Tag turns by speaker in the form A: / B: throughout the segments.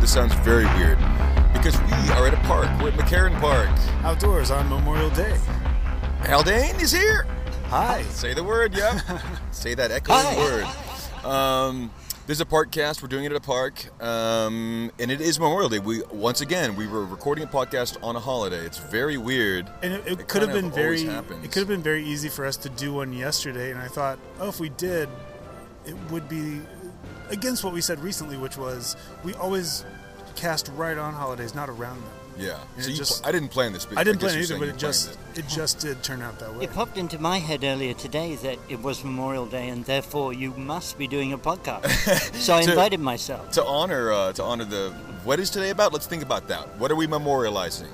A: this sounds very weird because we are at a park. We're at McCarran Park.
B: Outdoors on Memorial Day.
A: Haldane is here.
B: Hi.
A: Say the word, yeah. Say that echoing word. Um, this is a podcast. We're doing it at a park, um, and it is Memorial Day. We once again we were recording a podcast on a holiday. It's very weird.
B: And it, it,
A: It
B: could have
A: kind
B: been
A: of
B: very
A: always happens.
B: it could have been very easy for us to do one yesterday and I thought, "Oh, if we did, it would be against what we said recently, which was we always cast right on holidays, not around them."
A: Yeah.
B: And
A: So
B: it
A: you
B: just-
A: pl- I didn't plan this. But
B: I didn't
A: guess
B: plan
A: you're
B: it either,
A: saying
B: but
A: you
B: it
A: planned
B: just
A: it.
B: it. just did turn out that way.
C: It popped into my head earlier today that it was Memorial Day and therefore you must be doing a podcast. so I
A: So-
C: invited myself.
A: to honor uh, to honor the what is today about. Let's think about that. What are we memorializing?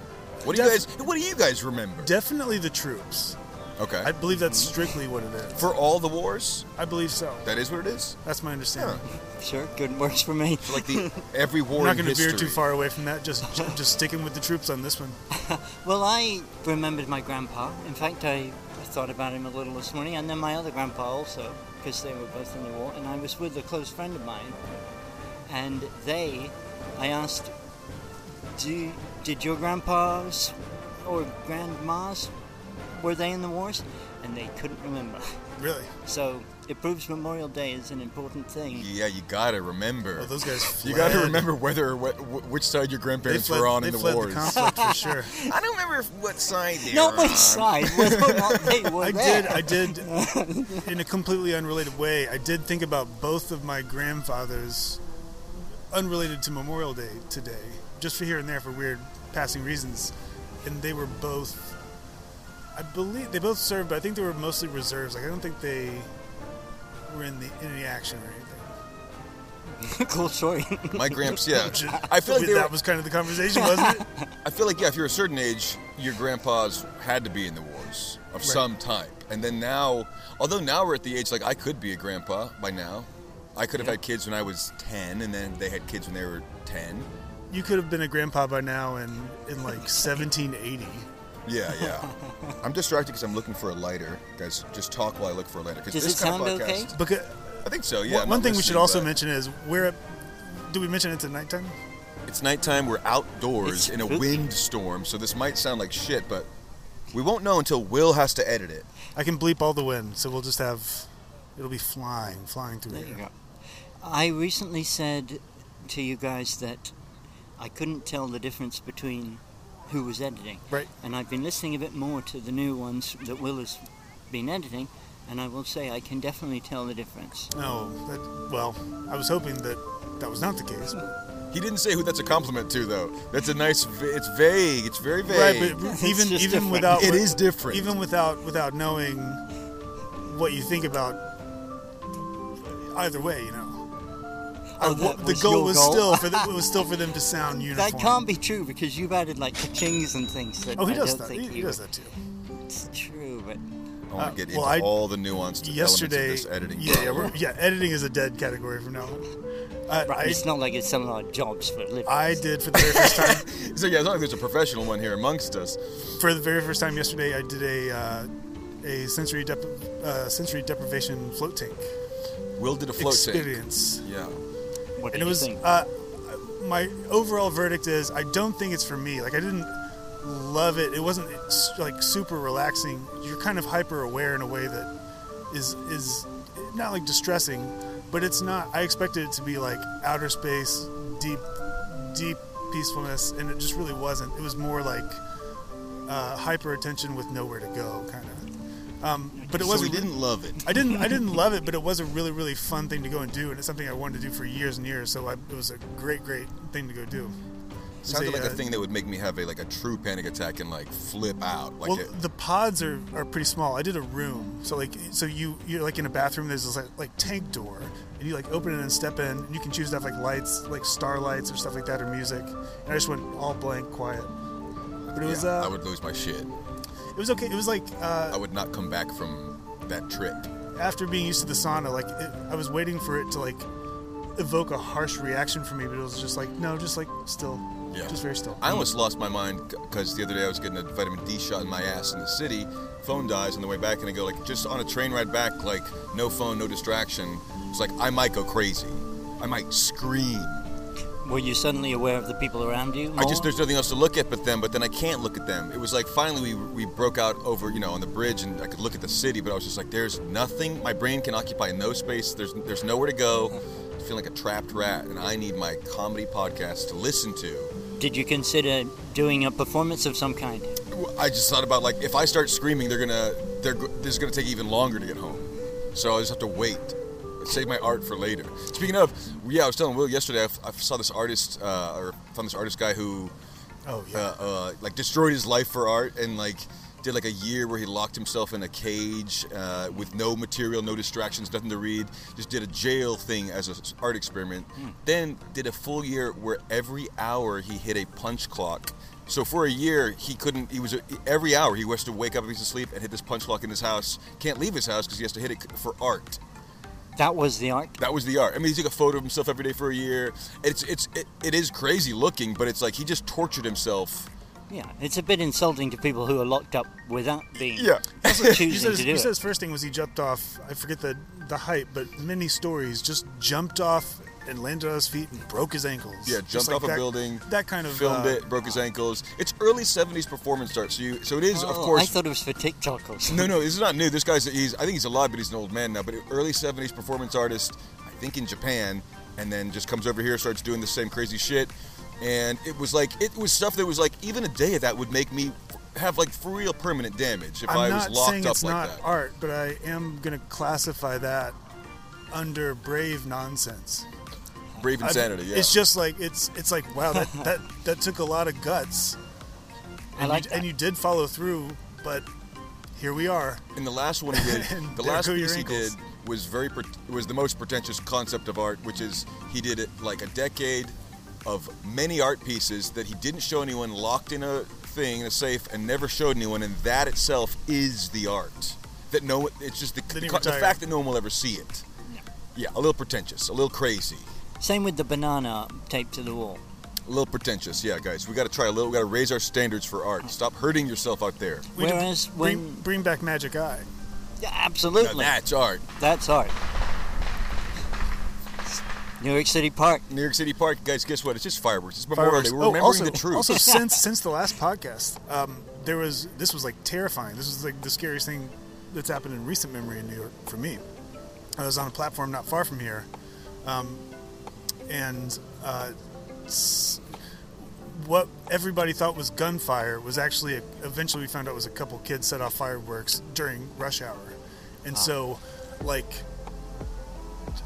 A: What do you guys?
B: Def-
A: What do you guys remember?
B: Definitely the troops.
A: okay.
B: I believe that's
A: Mm-hmm.
B: strictly what it is.
A: For all the wars,
B: I believe so.
A: that is what it is.
B: That's my understanding.
C: Sure, good works for me.
A: For like the every war
B: We're not
A: in
B: going to
A: history.
B: veer too far away from that. Just ju- just sticking with the troops on this one.
C: Well, I remembered my grandpa. In fact, I thought about him a little this morning, and then my other grandpa also, because they were both in the war. And I was with a close friend of mine, and they, I asked, Do, did your grandpas or grandmas, were they in the wars? And they couldn't remember.
B: Really?
C: So it proves Memorial Day is an important thing.
A: Yeah, you gotta remember.
B: Oh, those guys.
A: you gotta
B: fled.
A: remember whether or wh- wh- which side your
B: They
A: grandparents
B: fled,
A: were on
B: they
A: in the
B: fled
A: wars.
B: the conflict for sure.
A: I don't remember if- what side they
C: Not
A: were
C: which
A: on.
C: side, whether or not they were
B: I
C: there.
B: did. I did. In a completely unrelated way, I did think about both of my grandfathers, unrelated to Memorial Day today, just for here and there for weird passing reasons, and they were both. I believe they both served, but I think they were mostly reserves. Like I don't think they were in the in any action or anything.
C: cool story.
A: My gramps, yeah.
B: Which is-
A: I feel like they
B: that
A: were-
B: was kind of the conversation, wasn't it?
A: I feel like yeah, if you're a certain age, your grandpas had to be in the wars of some type, and then now, although now we're at the age like I could be a grandpa by now, I could have had kids when I was ten, and then they had kids when they were ten.
B: You could have been a grandpa by now in in like 1780.
A: Yeah, yeah. I'm distracted because I'm looking for a lighter, guys. Just talk while I look for a lighter. 'cause
C: Does
A: this
C: it
A: kind of
C: sound
A: podcast,
C: okay?
B: Because
A: I think so. Yeah. I'm
B: one,
A: not
B: one thing we
A: listening,
B: should also
A: but
B: mention is we're at. Do we mention it's at nighttime?
A: It's nighttime. We're outdoors
C: It's
A: in a
C: spooky.
A: windstorm, so this might sound like shit, but we won't know until Will has to edit it.
B: I can bleep all the wind, so we'll just have. It'll be flying, flying through
C: There you
B: here.
C: go. I recently said to you guys that I couldn't tell the difference between who was editing.
B: Right.
C: And I've been listening a bit more to the new ones that Will has been editing, and I will say I can definitely tell the difference.
B: No, that, well, I was hoping that that was not the case.
A: He didn't say who that's a compliment to, though. That's a nice. v- It's vague. It's very
B: Right,
A: vague.
B: but even
C: It's
B: even
C: just different.
B: without
A: It is different.
B: Even without without knowing what you think about either way, you know. I-
C: Oh, that
B: the
C: was
B: goal
C: your
B: was
C: goal?
B: still for them, it was still for them to sound uniform.
C: That can't be true because you've added like kachings and things that
B: Oh, he
C: I
B: does
C: don't
B: that.
C: think
B: He, he
C: you.
B: does that too.
C: It's true, but
A: I want
B: uh,
A: to get
B: well,
A: into
B: I-
A: all the nuanced
B: Yesterday,
A: elements of this editing.
B: yeah, yeah,
A: problem.
B: we're, yeah, editing is a dead category from now. on. Uh,
C: right,
B: I,
C: it's not like it's some of our jobs for a living.
B: I did for the very first time
A: so yeah, as long as there's a professional one here amongst us.
B: for the very first time yesterday, I did a uh, a sensory dep- uh, sensory deprivation float tank
A: Will did a float tank.
B: experience,
A: Yeah.
C: What
B: and
C: do you
B: it was
C: think?
B: uh, my overall verdict is I don't think it's for me. Like I didn't love it. It wasn't s- like super relaxing. You're kind of hyper aware in a way that is is not like distressing, but it's not. I expected it to be like outer space, deep deep peacefulness, and it just really wasn't. It was more like uh, hyper attention with nowhere to go, kind of. Um, but it
A: So we
B: wasn't.
A: didn't love it.
B: I didn't. I didn't love it, but it was a really, really fun thing to go and do, and it's something I wanted to do for years and years. So I, it was a great, great thing to go do. It's
A: Sounded like a
B: uh,
A: thing that would make me have a like a true panic attack and like flip out. Like
B: Well,
A: it,
B: the pods are, are pretty small. I did a room, so like so you you're like in a bathroom. There's this like, like tank door, and you like open it and step in. And you can choose to have like lights, like starlights or stuff like that, or music. And I just went all blank, quiet. But it was
A: yeah,
B: uh,
A: I would lose my shit.
B: it was okay. It was like uh,
A: I would not come back from that trip.
B: after being used to the sauna, like it, I was waiting for it to like evoke a harsh reaction from me, but it was just like no, just like still,
A: Yeah.
B: just very still.
A: I almost lost my mind because the other day I was getting a vitamin D shot in my ass in the city. Phone dies on the way back, and I go like, just on a train ride back, like no phone, no distraction. It's like I might go crazy. I might scream.
C: Were you suddenly aware of the people around you?
A: uh, I just
C: more?
A: there's nothing else to look at but them. But then I can't look at them. It was like finally we, we broke out over you know on the bridge and I could look at the city, but I was just like there's nothing. My brain can occupy no space. There's there's nowhere to go. I feel like a trapped rat, and I need my comedy podcast to listen to.
C: Did you consider doing a performance of some kind?
A: I just thought about like if I start screaming, they're gonna they're go- this is gonna take even longer to get home. So I just have to wait. Save my art for later. Speaking of, yeah, I was telling Will yesterday. I, f- I saw this artist uh, or found this artist guy who
B: Oh yeah.
A: uh, uh, like destroyed his life for art and like did like a year where he locked himself in a cage uh, with no material, no distractions, nothing to read. Just did a jail thing as an art experiment. Then did a full year where every hour he hit a punch clock. So for a year he couldn't. He was every hour he was to wake up if he's asleep and hit this punch clock in his house. Can't leave his house because he has to hit it for art.
C: That was the art.
A: That was the art. I mean, he took a photo of himself every day for a year. It's it's it, it is crazy looking, but it's like he just tortured himself
C: Yeah, it's a bit insulting to people who are locked up without being
A: Yeah.
B: You said,
C: choosing
B: his,
C: to
B: you
C: do
B: said
C: it.
B: his first thing was he jumped off. I forget the the height, but many stories just jumped off and landed on his feet and broke his ankles.
A: Yeah, jumped
B: Just like
A: off a
B: that-
A: building.
B: That kind of
A: filmed
B: uh,
A: it, broke his ankles. It's early '70s performance art, so you, so it is of
C: Oh,
A: course.
C: I thought it was for TikTok or something.
A: no, no, this is not new. This guy's he's I think he's alive, but he's an old man now. But early '70s performance artist, I think in Japan, and then just comes over here, starts doing the same crazy shit, and it was like it was stuff that was like even a day of that would make me f- have like for real permanent damage if
B: I'm
A: I was
B: not
A: locked
B: saying
A: up
B: it's
A: like
B: not
A: that.
B: art, but I am gonna classify that under brave nonsense.
A: Brave
B: I've-
A: insanity. yeah.
B: It's just like it's it's like wow that that, that took a lot of guts.
C: I like
B: you,
C: that.
B: and you did follow through, but here we are.
A: And the last one he did,
B: And
A: the
B: there
A: last
B: go your
A: piece he did
B: ankles.
A: was very pre- was the most pretentious concept of art, which is he did it like a decade of many art pieces that he didn't show anyone, locked in a thing in a safe, and never showed anyone, and that itself is the art that no one. It's just the,
B: Then
A: the,
B: he
A: co- the
B: retired.
A: fact that no one will ever see it. Yeah, a little pretentious, a little crazy,
C: Same with the banana taped to the wall.
A: a little pretentious. Yeah, guys, we got to try a little. We got to raise our standards for art. Stop hurting yourself out there.
B: We need to
C: Whereas
B: bring,
C: when-
B: bring back Magic Eye.
C: Yeah,
A: Now
C: absolutely.
A: that's art.
C: That's art. New York City Park.
A: New York City Park, guys. Guess what? It's just fireworks. It's Memorial Day. We're
B: Oh,
A: remembering
B: also,
A: the truth.
B: Also, since since the last podcast, um, there was this was like terrifying. This was like the scariest thing that's happened in recent memory in New York for me. I was on a platform not far from here, um, and uh, s- what everybody thought was gunfire was actually eventually we found out was a couple kids set off fireworks during rush hour, and so like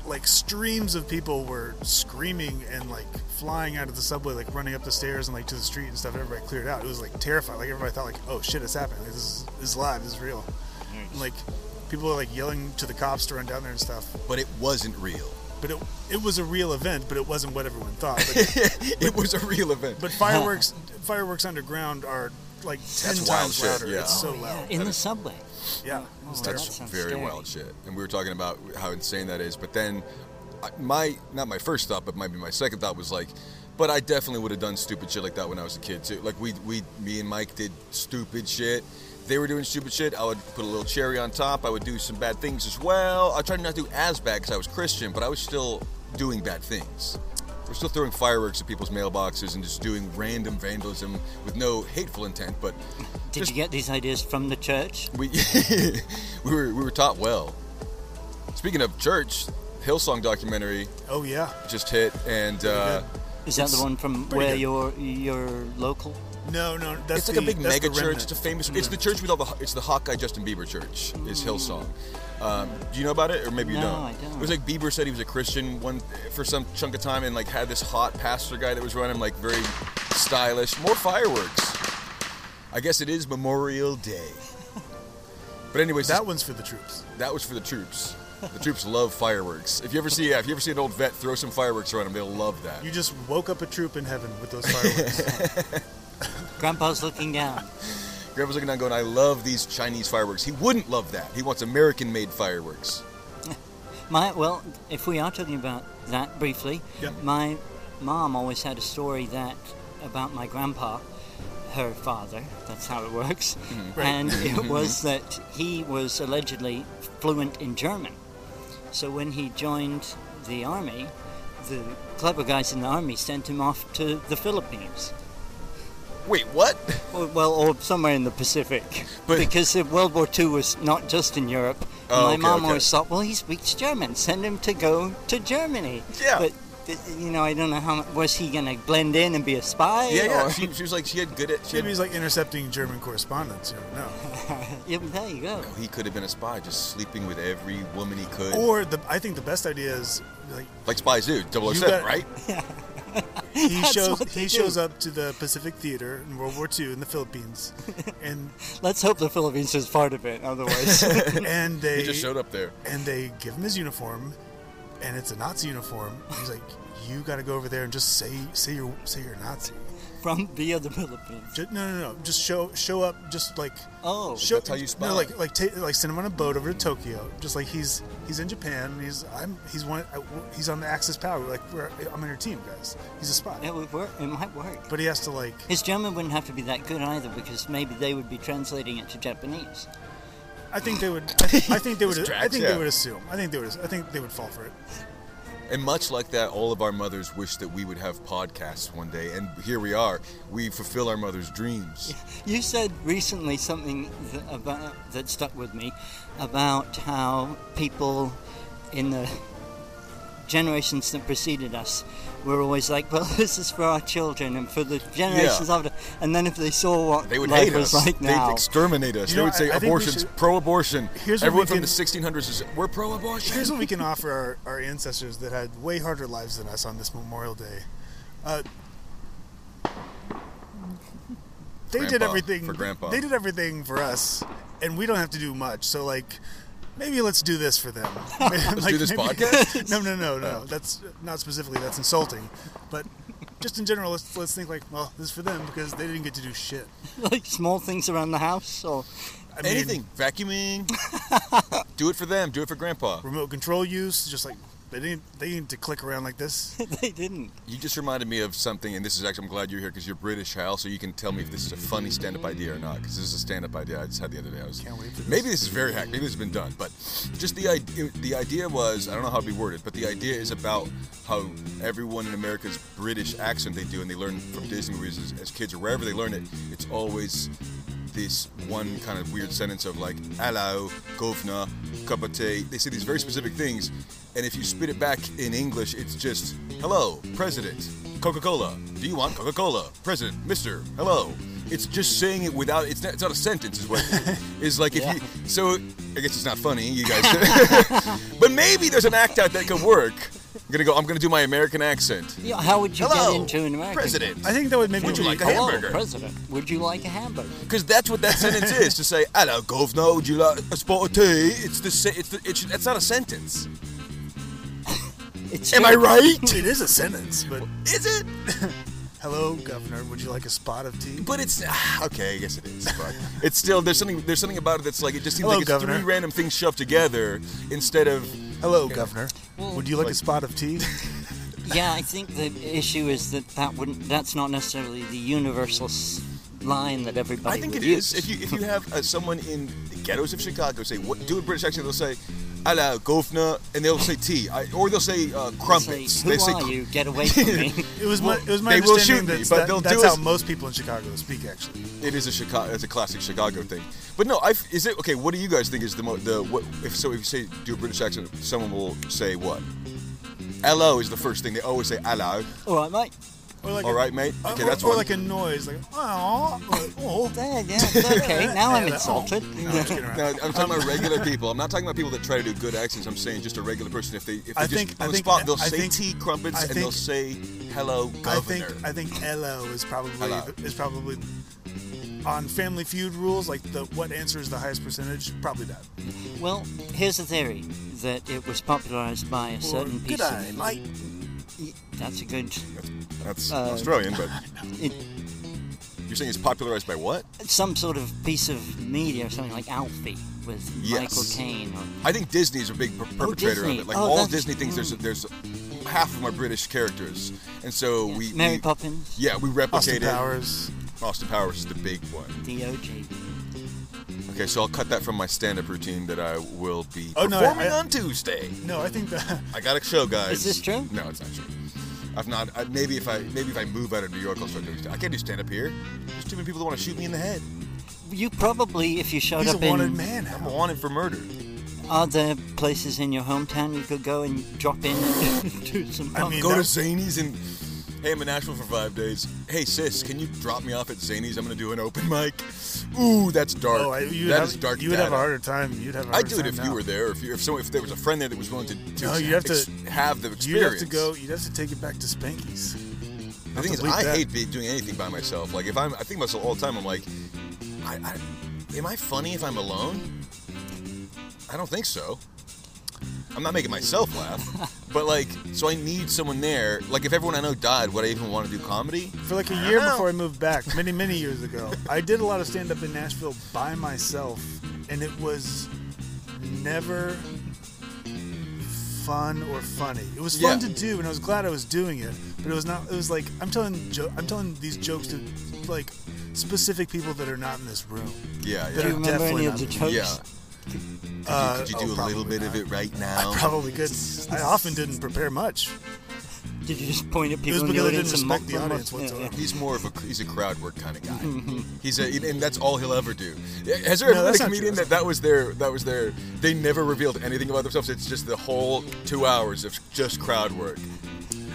B: like streams of people were screaming and like flying out of the subway, like running up the stairs and like to the street and stuff. Everybody cleared out. It was like terrifying. Like everybody thought, like, oh shit, it's happening. Like, this, is, this is live. This is real. And, like people were like yelling to the cops to run down there and stuff.
A: but it wasn't real.
B: But it it was a real event, but it wasn't what everyone thought. But,
A: It was a real event.
B: but fireworks fireworks underground are like ten
A: That's wild
B: times
A: shit,
B: louder.
A: yeah.
B: It's so
A: Oh,
B: loud.
C: In the subway.
B: Yeah, it's terrible.
C: Oh, that
A: that's
C: sounds
A: very
C: scary.
A: wild shit. And we were talking about how insane that is. But then, I- my not my first thought, but maybe my second thought was like, but I definitely would have done stupid shit like that when I was a kid too. Like we we me and Mike did stupid shit. They were doing stupid shit. I would put a little cherry on top. I would do some bad things as well. I tried not to do as bad because I was Christian, but I was still doing bad things. We're still throwing fireworks at people's mailboxes and just doing random vandalism with no hateful intent, but
C: Did
A: Just-
C: you get these ideas from the church?
A: we we were we were taught well. Speaking of church, Hillsong documentary
B: Oh yeah.
A: just hit, and uh,
C: Is that the one from
B: pretty
C: where
B: good.
C: you're you're local?
B: No, no.
A: it's
B: That's
A: like
B: the,
A: a big
B: that's
A: mega
B: the
A: church.
B: remnant. Mm.
A: It's a famous. It's the church with all the. It's the Hawkeye Justin Bieber church. Is Hillsong. Um, do you know about it, or maybe you
C: No,
A: don't?
C: I don't.
A: It was like Bieber said he was a Christian one for some chunk of time, and like had this hot pastor guy that was running like very stylish. More fireworks. I guess it is Memorial Day. But anyways, this
B: That one's for the troops.
A: That was for the troops. The troops love fireworks. If you ever see, yeah, if you ever see an old vet, throw some fireworks around them. They'll love that.
B: You just woke up a troop in heaven with those fireworks.
C: Grandpa's looking down.
A: Grandpa's looking down, going, "I love these Chinese fireworks." He wouldn't love that. He wants American-made fireworks.
C: My well, if we are talking about that briefly,
B: Yep.
C: my mom always had a story that about my grandpa, her father. That's how it works.
B: Right.
C: And it was that he was allegedly fluent in German. So when he joined the army, the clever guys in the army sent him off to the Philippines.
A: Wait, what?
C: Or, well, or somewhere in the Pacific.
A: But-
C: because the World War II was not just in Europe. And
A: Oh,
C: my
A: okay,
C: mom
A: okay.
C: always thought, well, he speaks German. Send him to go to Germany.
A: Yeah.
C: But, th- you know, I don't know how much. Was he going to blend in and be a spy?
A: Yeah, yeah.
C: or-
A: She, she was like, she had good at. She had,
B: Maybe he's like intercepting German correspondence. You know,
C: Yeah, but there you go.
A: he could have been a spy, just sleeping with every woman he could.
B: no. Or the I think the best idea is like
A: like Spy Zoo, 007,
B: You got-
A: right?
B: he
C: That's
B: shows
C: what
B: he
C: they do.
B: shows up to the Pacific Theater in World War II in the Philippines, and
C: Let's hope the Philippines is part of it. Otherwise,
B: and they
A: He just showed up there.
B: and they give him his uniform, and it's a Nazi uniform. He's like, you got to go over there and just say say you're say you're Nazi.
C: from via the Philippines.
B: Just, no, no, no. Just show show up. Just like
C: Oh,
B: show.
A: that's how you spy.
B: No, like like ta- like send him on a boat over to Tokyo. Just like he's he's in Japan. And he's I'm he's one I- he's on the Axis power. Like we're, I'm on your team, guys. He's a spy.
C: it would work. It might work.
B: But he has to like
C: His German wouldn't have to be that good either, because maybe they would be translating it to Japanese.
B: I think they would. I, thi- I think they would. I
A: tracks,
B: think
A: yeah.
B: they would assume. I think they would. I think they would fall for it.
A: And much like that, all of our mothers wish that we would have podcasts one day, and here we are. We fulfill our mother's dreams.
C: You said recently something that, about, that stuck with me about how people in the generations that preceded us were always like, "Well, this is for our children and for the generations after." And then if they saw what
A: They would
C: life
A: hate
C: was
A: us.
C: like now,
A: They'd exterminate us.
B: You
A: they
B: know,
A: would say
B: I- I think we
A: abortions,
B: should-
A: pro-abortion.
B: Here's what
A: Everyone
B: we
A: from
B: can-
A: the 1600s is we're pro-abortion.
B: Here's what we can offer our, our ancestors that had way harder lives than us on this Memorial Day. Uh, they did
A: Grandpa,
B: everything
A: for Grandpa.
B: They did everything for us, and we don't have to do much. So like, maybe let's do this for them. let's
A: do this podcast? Oh.
B: No, no, no, no. That's not specifically. That's insulting, but just in general, let's let's think like, well, this is for them because they didn't get to do shit.
C: like small things around the house or
B: I mean,
A: Anything. Vacuuming. do it for them. Do it for Grandpa.
B: remote control use, just like they didn't they need to click around like this.
C: they didn't.
A: You just reminded me of something, and this is actually, I'm glad you're here because you're British, Hal, so you can tell me if this is a funny stand up idea or not. Because this is a stand up idea I just had the other day. I was,
B: Can't wait for this.
A: Maybe this is very hack. Maybe this has been done. But just the idea, the idea was, I don't know how to be worded, but the idea is about how everyone in America's British accent they do, and they learn from Disney movies as, as kids or wherever they learn it, it's always this one kind of weird sentence of like hello, governor, cup of tea. They say these very specific things, and if you spit it back in English, it's just hello, president, Coca Cola. Do you want Coca Cola? President, Mister, hello. It's just saying it without. It's not, it's not a sentence. Is what is like if
C: Yeah.
A: you. So I guess it's not funny, you guys. but maybe there's an act out that could work. I'm gonna go. I'm gonna do my American accent.
C: Yeah, how would you
A: Hello,
C: get into an American?
A: president.
B: I think that would maybe
A: Would you
B: be-
A: like a
C: Hello,
A: hamburger?
C: "Oh, president. Would you like a hamburger?
A: Because that's what that sentence is. To say "Hello, governor, would you like a spot of tea?" It's the. se- It's the. It's, it's not a sentence.
C: It's
A: Am I
C: true.
A: right?
B: It is a sentence, but
A: Is it?
B: hello, governor. Would you like a spot of tea?
A: But it's ah, okay. I guess it is. But it's still there's something there's something about it that's like it just seems
B: Hello,
A: like it's
B: Governor.
A: three random things shoved together instead of
B: hello, governor.
C: Well-
B: Would you like a
A: Like-
B: spot of tea?
C: Yeah, I think the issue is that that wouldn't. That's not necessarily the universal s- line that everybody.
A: I think
C: would
A: it
C: use.
A: is. If you if you have uh, someone in the ghettos of Chicago say what do a British accent, they'll say "Hello, governor," and they'll say tea, I, or they'll say uh,
C: They'd
A: crumpets.
C: Say, Who
A: they say
C: are
A: cr-
C: you? Get away from me!
B: It was my it was my
A: they will
B: understanding
A: shoot me,
B: that,
A: but
B: that-
A: they'll do
B: that's
A: it-
B: how most people in Chicago speak. Actually,
A: It is a Chicago. It's a classic Chicago thing. But no, I is it okay? What do you guys think is the mo- the what? If so, if you say do a British accent, someone will say what? Hello is the first thing they always say. Hello.
C: All right, mate.
B: or like
A: All
B: a-
A: right, mate.
B: uh,
A: Okay,
B: or,
A: that's
B: or
A: one.
B: like a noise, like oh, oh.
C: There, yeah, it's okay. Now I'm
B: Yeah, that- oh,
C: insulted.
B: No, I'm just kidding around.
A: No, I'm talking about regular people. I'm not talking about people that try to do good accents. I'm saying just a regular person. If they if they
B: I
A: just
B: think-
A: on
B: I
A: the
B: think-
A: spot, they'll
B: I
A: say
B: think-
A: tea crumpets
B: I
A: and they'll
B: think-
A: say hello
B: I
A: governor.
B: think I think hello is probably
A: Hello.
B: is probably on Family Feud rules, like the what answer is the highest percentage, probably that.
C: Well, here's a theory that it was popularized by a certain piece
B: good eye,
C: of.
B: mate.
C: That's a good.
A: That's
C: uh,
A: Australian, but
C: It,
A: you're saying it's popularized by what?
C: some sort of piece of media or something like Alfie with Michael
A: Yes.
C: Caine or
A: I think Disney's a big per- perpetrator
C: Disney.
A: of it. Like
C: Oh,
A: all
C: that's-
A: Disney things, there's there's half of my British characters, and so we
C: Mary
A: we-
C: Poppins,
A: Yeah, we
B: Austin
A: replicated.
B: Powers.
A: Austin Powers is the big one.
C: the OG.
A: Okay, so I'll cut that from my stand-up routine that I will be
B: Oh, no,
A: performing
B: I-
A: on Tuesday.
B: No, I think that
A: I got a show, guys.
C: Is this true?
A: No, it's not true. I've not. I, maybe if I maybe if I move out of New York, I'll start doing. Stand- I can't do stand up here. There's too many people that want to shoot me in the head.
C: You probably, if you showed
B: He's a
C: up in
B: wanted man.
A: I'm
B: Hal.
A: wanted for murder.
C: Are there places in your hometown you could go and drop in and do some
B: I
C: punk?
B: mean-
A: Go to
B: that-
A: Zanies and. Hey, I'm in Nashville for five days. Hey, sis, can you drop me off at Zanies? I'm gonna do an open mic. Ooh, that's dark.
B: Oh, I,
A: That is
B: you would have,
A: dark.
B: You would have a
A: data.
B: harder time. You'd have. A harder
A: I'd do it
B: time
A: if
B: now.
A: you were there, or if you, if someone, if there was a friend there that was willing to, to
B: No, you'd have to-
A: have the
B: You'd have
A: experience.
B: to go. You'd have to take it back to Spanky's.
A: The thing
B: to
A: is,
B: bleep
A: I
B: that.
A: hate be, doing anything by myself. Like if I'm, I think myself all the time. I'm like, I, I, am I funny if I'm alone? I don't think so. I'm not making myself laugh, but like, so I need someone there. Like if everyone I know died, would I even want to do comedy?
B: For like a year
A: know.
B: before I moved back, many many years ago, I did a lot of stand up in Nashville by myself, and it was never fun or funny. It was fun
A: Yeah.
B: to do, and I was glad I was doing it, but it was not. It was like I'm telling jo- I'm telling these jokes to like specific people that are not in this room.
A: Yeah,
C: do
A: yeah,
C: you remember any
B: definitely
C: of the
B: not.
C: jokes?
A: yeah. Could you, could you
B: oh,
A: do a little
B: probably
A: bit of
B: not.
A: it right now?
B: Probably good. I often didn't prepare much.
C: Did you just point at
B: It was
C: people in the
B: because I didn't
C: audience and mock
B: respect the
C: them?
B: audience
C: Yeah, yeah.
B: whatsoever.
A: He's more of a he's a crowd work kind of guy. he's a and that's all he'll ever do. Has there
B: No,
A: ever
B: that's
A: been a
B: not
A: comedian
B: true.
A: that that was their that was their they never revealed anything about themselves? It's just the whole two hours of just crowd work.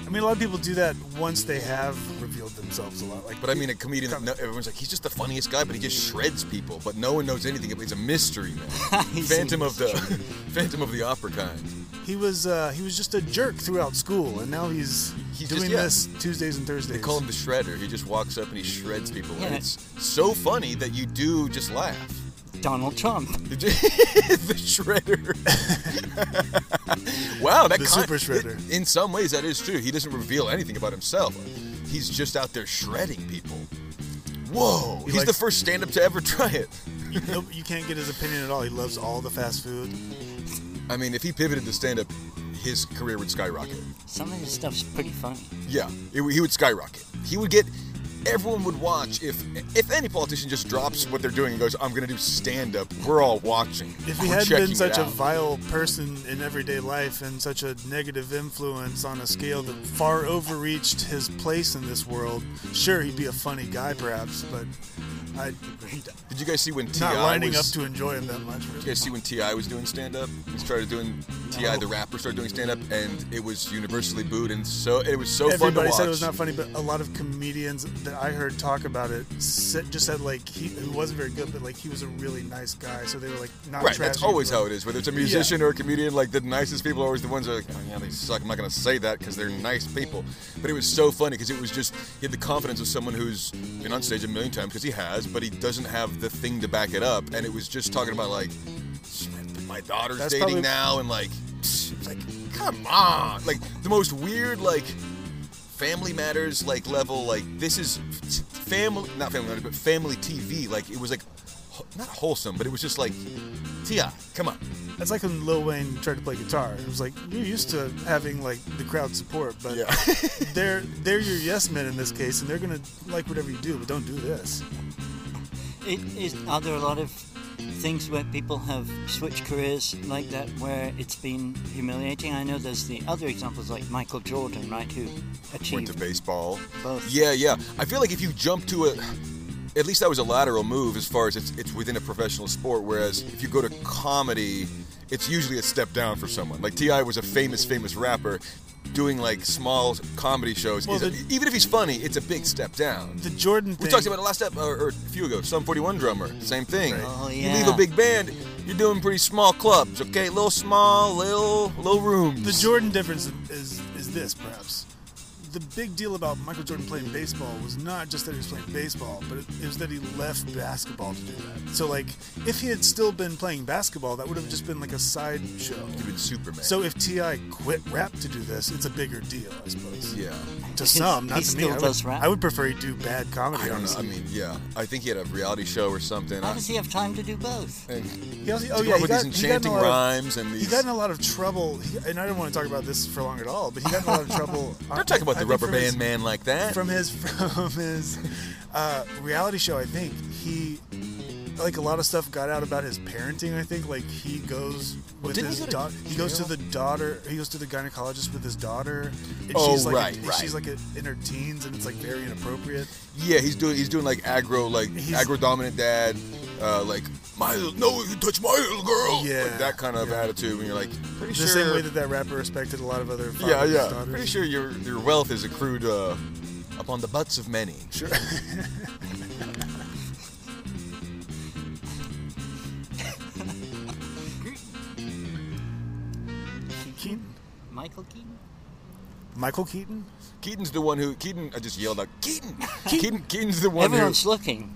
B: I mean, a lot of people do that once they have revealed themselves a lot. Like,
A: But I mean, a comedian that no, everyone's like he's just the funniest guy, but he just shreds people. But no one knows anything. It's a mystery, man.
C: He's a
A: Phantom of the Phantom of the Opera kind.
B: He was uh, he was just a jerk throughout school, and now he's,
A: He's
B: doing
A: just- yeah.
B: this Tuesdays and Thursdays.
A: They call him the Shredder. He just walks up and he shreds people. And
C: Yeah.
A: it's so funny that you do just laugh.
C: Donald Trump.
A: the shredder. wow, that
B: The
A: kind-
B: super shredder.
A: In some ways, that is true. He doesn't reveal anything about himself. He's just out there shredding people. Whoa!
B: He
A: he's the
B: likes-
A: first stand-up to ever try it.
B: Nope, you can't get his opinion at all. He loves all the fast food.
A: I mean, if he pivoted to stand-up, his career would skyrocket.
C: Some of this stuff's pretty funny.
A: Yeah, it, he would skyrocket. He would get. Everyone would watch if if any politician just drops what they're doing and goes, "I'm going to do stand-up." We're all watching.
B: If he
A: We're
B: hadn't
A: checking
B: been
A: it
B: such a
A: out.
B: vile person in everyday life and such a negative influence on a scale that far overreached his place in this world, sure he'd be a funny guy perhaps, but I
A: did you guys see when Ti
B: not lining
A: was
B: up to enjoy him that much.
A: You guys see when Ti was doing stand up? He started doing Ti
B: Oh.
A: the rapper started doing stand up, and it was universally booed, and so it was so fun to
B: Everybody
A: watch.
B: said it was not funny, but a lot of comedians that I heard talk about it said, just said like he who wasn't very good, but like he was a really nice guy. So they were like not
A: Right, that's
B: trashing
A: always
B: him.
A: how it is. Whether it's a musician or a comedian, like the nicest people are always the ones that are like, oh, yeah, they suck. I'm not going to say that because they're nice people. But it was so funny because it was just, he had the confidence of someone who's been on stage a million times because he has, but he doesn't have the thing to back it up. And it was just talking about, like, Mm, my daughter's
B: That's
A: dating
B: probably-
A: now, and like, it's like, come on. Like, the most weird, like, Family Matters like level like this is f- family not Family Matters but Family TV like it was like wh- not wholesome but it was just like Ti come on
B: That's like when Lil Wayne tried to play guitar. It was like you're used to having like the crowd support, but
A: Yeah.
B: they're they're your yes men in this case, and they're gonna like whatever you do, but don't do this.
C: It, is, are there a lot of things where people have switched careers like that where it's been humiliating? I know there's the other examples like Michael Jordan, right, who
A: went to
C: achieved
A: baseball
C: both.
A: yeah yeah I feel like if you jump to a at least that was a lateral move as far as it's it's within a professional sport whereas if you go to comedy it's usually a step down for someone like Ti was a famous famous rapper doing like small comedy shows
B: Well,
A: is a-
B: the-
A: even if he's funny it's a big step down
B: The Jordan thing.
A: We talked about it last step or, or a few ago. Some 41 drummer, same thing.
B: Right.
C: Oh,
A: You
C: yeah.
A: leave a big band, you're doing pretty small clubs, okay? Little small, little little rooms.
B: The Jordan difference is is this perhaps. The big deal about Michael Jordan playing baseball was not just that he was playing baseball, but it, it was that he left basketball to do that. So like, if he had still been playing basketball, that would have just been like a side show.
A: You've been Superman.
B: So if Ti quit rap to do this, it's a bigger deal, I suppose.
A: yeah,
B: To some, not
C: He
B: to me.
C: still
B: I,
C: does
B: would,
C: rap.
B: I would prefer he do bad comedy.
A: I don't know. I
B: honestly.
A: mean, yeah, I think he had a reality show or something.
C: How
A: I-
C: does he have time to do both?
A: and
B: He also- oh
A: to come
B: yeah,
A: up
B: he
A: with
B: got,
A: these
B: he got in a
A: enchanting
B: lot of-
A: rhymes and
B: He
A: these.
B: got in a lot of trouble, he, and I don't want to talk about this for long at all. But he got in a lot of trouble.
A: Don't talk about the
B: I think
A: rubber
B: from
A: band
B: his-
A: man like that.
B: from his from his uh, reality show. I think he like a lot of stuff got out about his parenting. I think like he goes with
A: didn't he
B: his
A: go to
B: daughter. He goes to
A: jail?
B: the daughter. He goes to the gynecologist with his daughter. And
A: Oh,
B: she's like
A: right,
B: and
A: right.
B: She's like in her teens, and it's like very inappropriate.
A: Yeah, he's doing he's doing like aggro like
B: He's-
A: aggro dominant dad, uh, like my no you touch my little girl,
B: Yeah,
A: like that kind of
B: yeah.
A: attitude. And you're like pretty sure.
B: The same way that that rapper respected a lot of other fathers
A: yeah, yeah.
B: daughters.
A: Pretty sure your your wealth is accrued uh, upon the butts of many. Sure.
B: Keaton,
C: Michael Keaton?
B: Michael Keaton.
A: Keaton's the one who Keaton. I just yelled out Keaton. Keaton. Keaton's the one who.
C: Everyone's looking.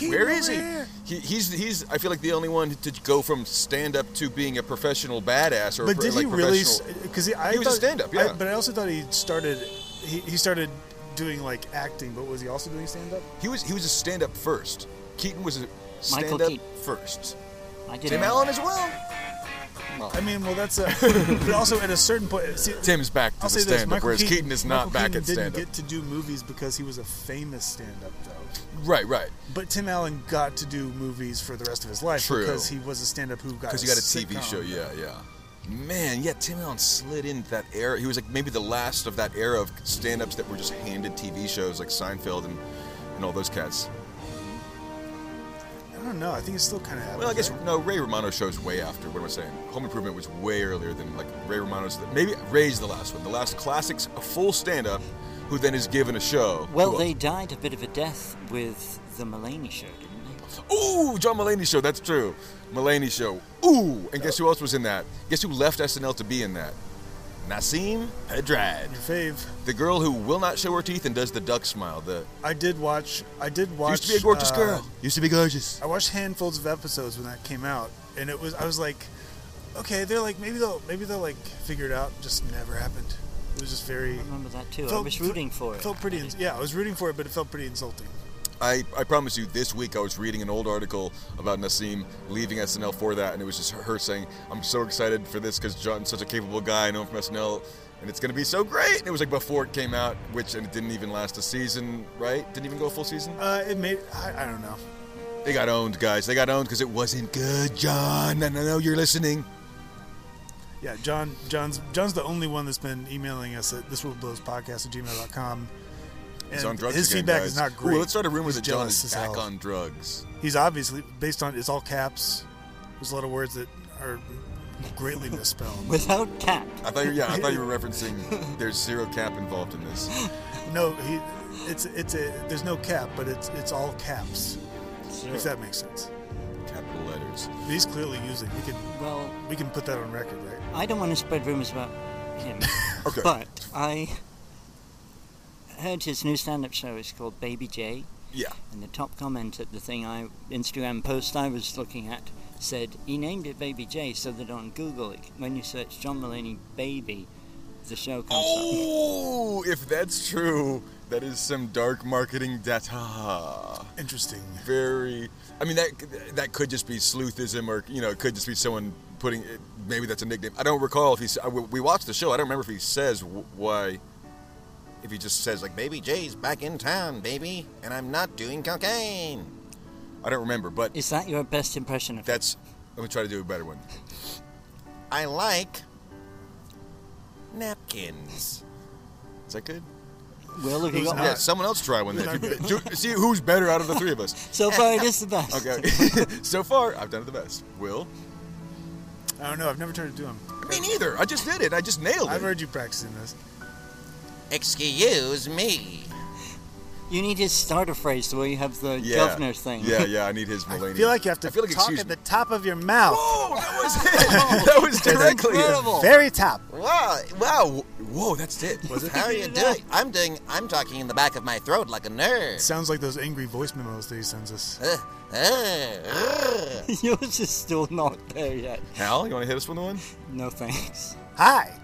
A: Where is
B: over
A: he?
B: here.
A: he? He's he's. I feel like the only one to go from stand up to being a professional badass or. a
B: But
A: pro-
B: did
A: like
B: he really?
A: professional-
B: Because he, I
A: He was a
B: thought-
A: stand-up,
B: I-
A: yeah.
B: but I also thought he started. He, he started doing like acting, but was he also doing stand up?
A: He was he was a stand up first. Keaton was a
C: Michael
A: stand up
C: Keaton.
A: first.
C: I did
A: Tim
C: it.
A: Allen as well. Well,
B: I mean, well, that's a. but also at a certain point, see,
A: Tim's back to
B: I'll
A: the
B: say this:
A: stand up,
B: Michael
A: whereas
B: Keaton,
A: Keaton, is not
B: Michael
A: back
B: Keaton
A: at
B: didn't
A: stand up.
B: get to do movies because he was a famous stand up though.
A: Right, right.
B: But Tim Allen got to do movies for the rest of his life
A: True.
B: because he was a stand up who got
A: Because he got a TV
B: sitcom.
A: show, yeah, yeah. Man, yeah, Tim Allen slid into that era. He was like maybe the last of that era of stand ups that were just handed TV shows like Seinfeld and, and all those cats.
B: I don't know. I think it still kind of happens.
A: Well, I guess
B: right?
A: no. Ray Romano's show's way after. What am I saying? Home Improvement was way earlier than like Ray Romano's. Maybe Ray's the last one. The last classics, a full stand-up, who then is given a show.
C: Well, they died a bit of a death with the Mulaney show, didn't they?
A: Ooh, John Mulaney show. That's true. Mulaney show. Ooh, and guess who else was in that? Guess who left SNL to be in that? Nassim Pedrad,
B: your fave.
A: the girl who will not show her teeth and does the duck smile. The
B: I did watch. I did watch.
A: used to be a gorgeous
B: uh,
A: girl. Used to be gorgeous.
B: I watched handfuls of episodes when that came out, and it was I was like, okay, they're like maybe they'll maybe they'll like figure it out. Just never happened. It was just very.
C: I remember that too. I
B: felt-
C: was rooting for it.
B: Felt pretty. ins- yeah, I was rooting for it, but it felt pretty insulting.
A: I, I promise you, this week I was reading an old article about Nassim leaving SNL for that, and it was just her saying, I'm so excited for this because John's such a capable guy, I know him from SNL, and it's going to be so great. And it was like before it came out, which, and it didn't even last a season, right? Didn't even go a full season?
B: Uh, it made. I, I don't know.
A: They got owned, guys. They got owned because it wasn't good, John. And I know you're listening.
B: Yeah, John. John's John's the only one that's been emailing us at thisworldblowspodcast at gmail.com. And
A: He's on drugs
B: his
A: again,
B: feedback
A: guys.
B: is not great.
A: Ooh, let's start a rumor
B: He's
A: that John
B: jealous
A: is
B: as
A: back
B: hell.
A: on drugs.
B: He's obviously based on it's all caps. There's a lot of words that are greatly misspelled.
C: Without cap.
A: I thought you, yeah, I thought you were referencing there's zero cap involved in this.
B: No, he. It's it's a. There's no cap, but it's it's all caps. If that makes sense.
A: Capital letters.
B: He's clearly using. We can
C: Well,
B: we can put that on record, right?
C: I don't want to spread rumors about him,
A: Okay.
C: but I heard his new stand-up show is called Baby J,
A: Yeah.
C: and the top comment at the thing I Instagram post I was looking at said he named it Baby J so that on Google, it, when you search John Mulaney baby, the show comes up.
A: Oh, if that's true, that is some dark marketing data.
B: Interesting.
A: Very. I mean, that that could just be sleuthism, or you know, it could just be someone putting. Maybe that's a nickname. I don't recall if he. s- I- We watched the show. I don't remember if he says wh- why. If he just says like, "Baby Jay's back in town, baby, and I'm not doing cocaine." I don't remember, but
C: Is that your best impression of
A: that's. Let me try to do a better one. I like napkins. Is that good?
C: Will? Have you
B: Who's
C: got
B: not?
A: Yeah,
C: one?
A: someone else try one. Then. If you- do- see who's better out of the three of us.
C: So far, it is the best.
A: Okay. so far, I've done it the best. Will?
B: I don't know. I've never tried to do them.
A: Me neither. I just did it. I just nailed
B: I've
A: it.
B: heard you practicing this.
D: Excuse me.
C: You need his starter phrase, the way you have the
A: Yeah.
C: governor thing.
A: Yeah, yeah. I need his Mulaney.
B: I feel like you have to
A: I feel like,
B: talk
A: excuse
B: at
A: me.
B: the top of your mouth,
A: Whoa, that was it. that was directly. it.
C: Incredible.
B: very top.
D: Wow, wow.
A: Whoa, that's it. Was
D: How are you doing? I'm doing. I'm talking in the back of my throat like a Uh, nerd.
B: Sounds like those angry voice memos that he sends us.
D: Ugh, ugh, ugh.
C: Yours is still not there yet.
A: Hal, you want to hit us with one?
C: No thanks.
B: Hi.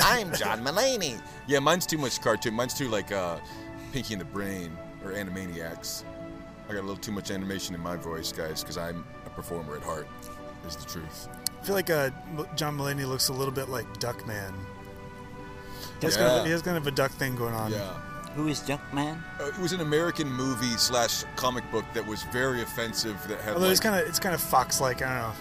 D: I'm John Mulaney.
A: Yeah, mine's too much cartoon. Mine's too like uh, Pinky and the Brain or Animaniacs. I got a little too much animation in my voice, guys, because I'm a performer at heart. Is the truth.
B: I feel like uh, M- John Mulaney looks a little bit like Duckman. He has,
A: Yeah.
B: kind of, he has kind of a duck thing going on.
A: Yeah.
C: Who is Junkman?
A: Uh, it was an American movie slash comic book that was very offensive. That had
B: Although
A: like,
B: it's kind of it's kind of fox like. I don't know.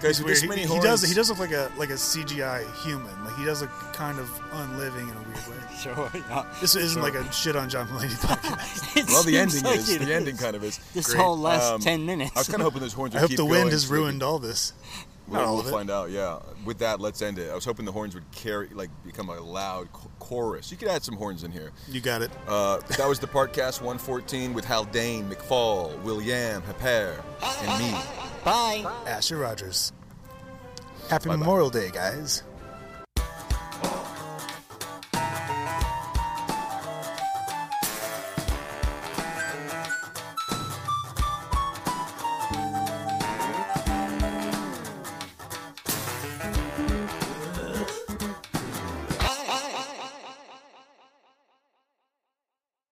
A: guys
B: It's
A: with
B: weird.
A: this
B: He,
A: many
B: he
A: horns.
B: does he does look like a like a CGI human. Like he does look kind of unliving in a weird way.
C: Sure. Yeah.
B: This isn't like a shit on John Mulaney podcast.
C: It
A: Well, the
C: seems
A: ending
C: like
A: is
C: it
A: the ending kind of is.
C: This
A: Great.
C: whole last
A: Um,
C: 10 minutes.
A: I was kind of hoping those horns.
B: I
A: would
B: hope
A: keep
B: the wind
A: going
B: has
A: so we could-
B: ruined all this.
A: We'll,
B: all
A: we'll
B: of it.
A: find out. Yeah. With that, let's end it. I was hoping the horns would carry, like, become a loud cho- chorus. You could add some horns in here.
B: You got it.
A: Uh, that was the Parkcast 114 with Haldane, McFall, William, Haper, and me.
C: Bye.
B: Asher Rogers. Happy
A: Bye-bye.
B: Memorial Day, guys.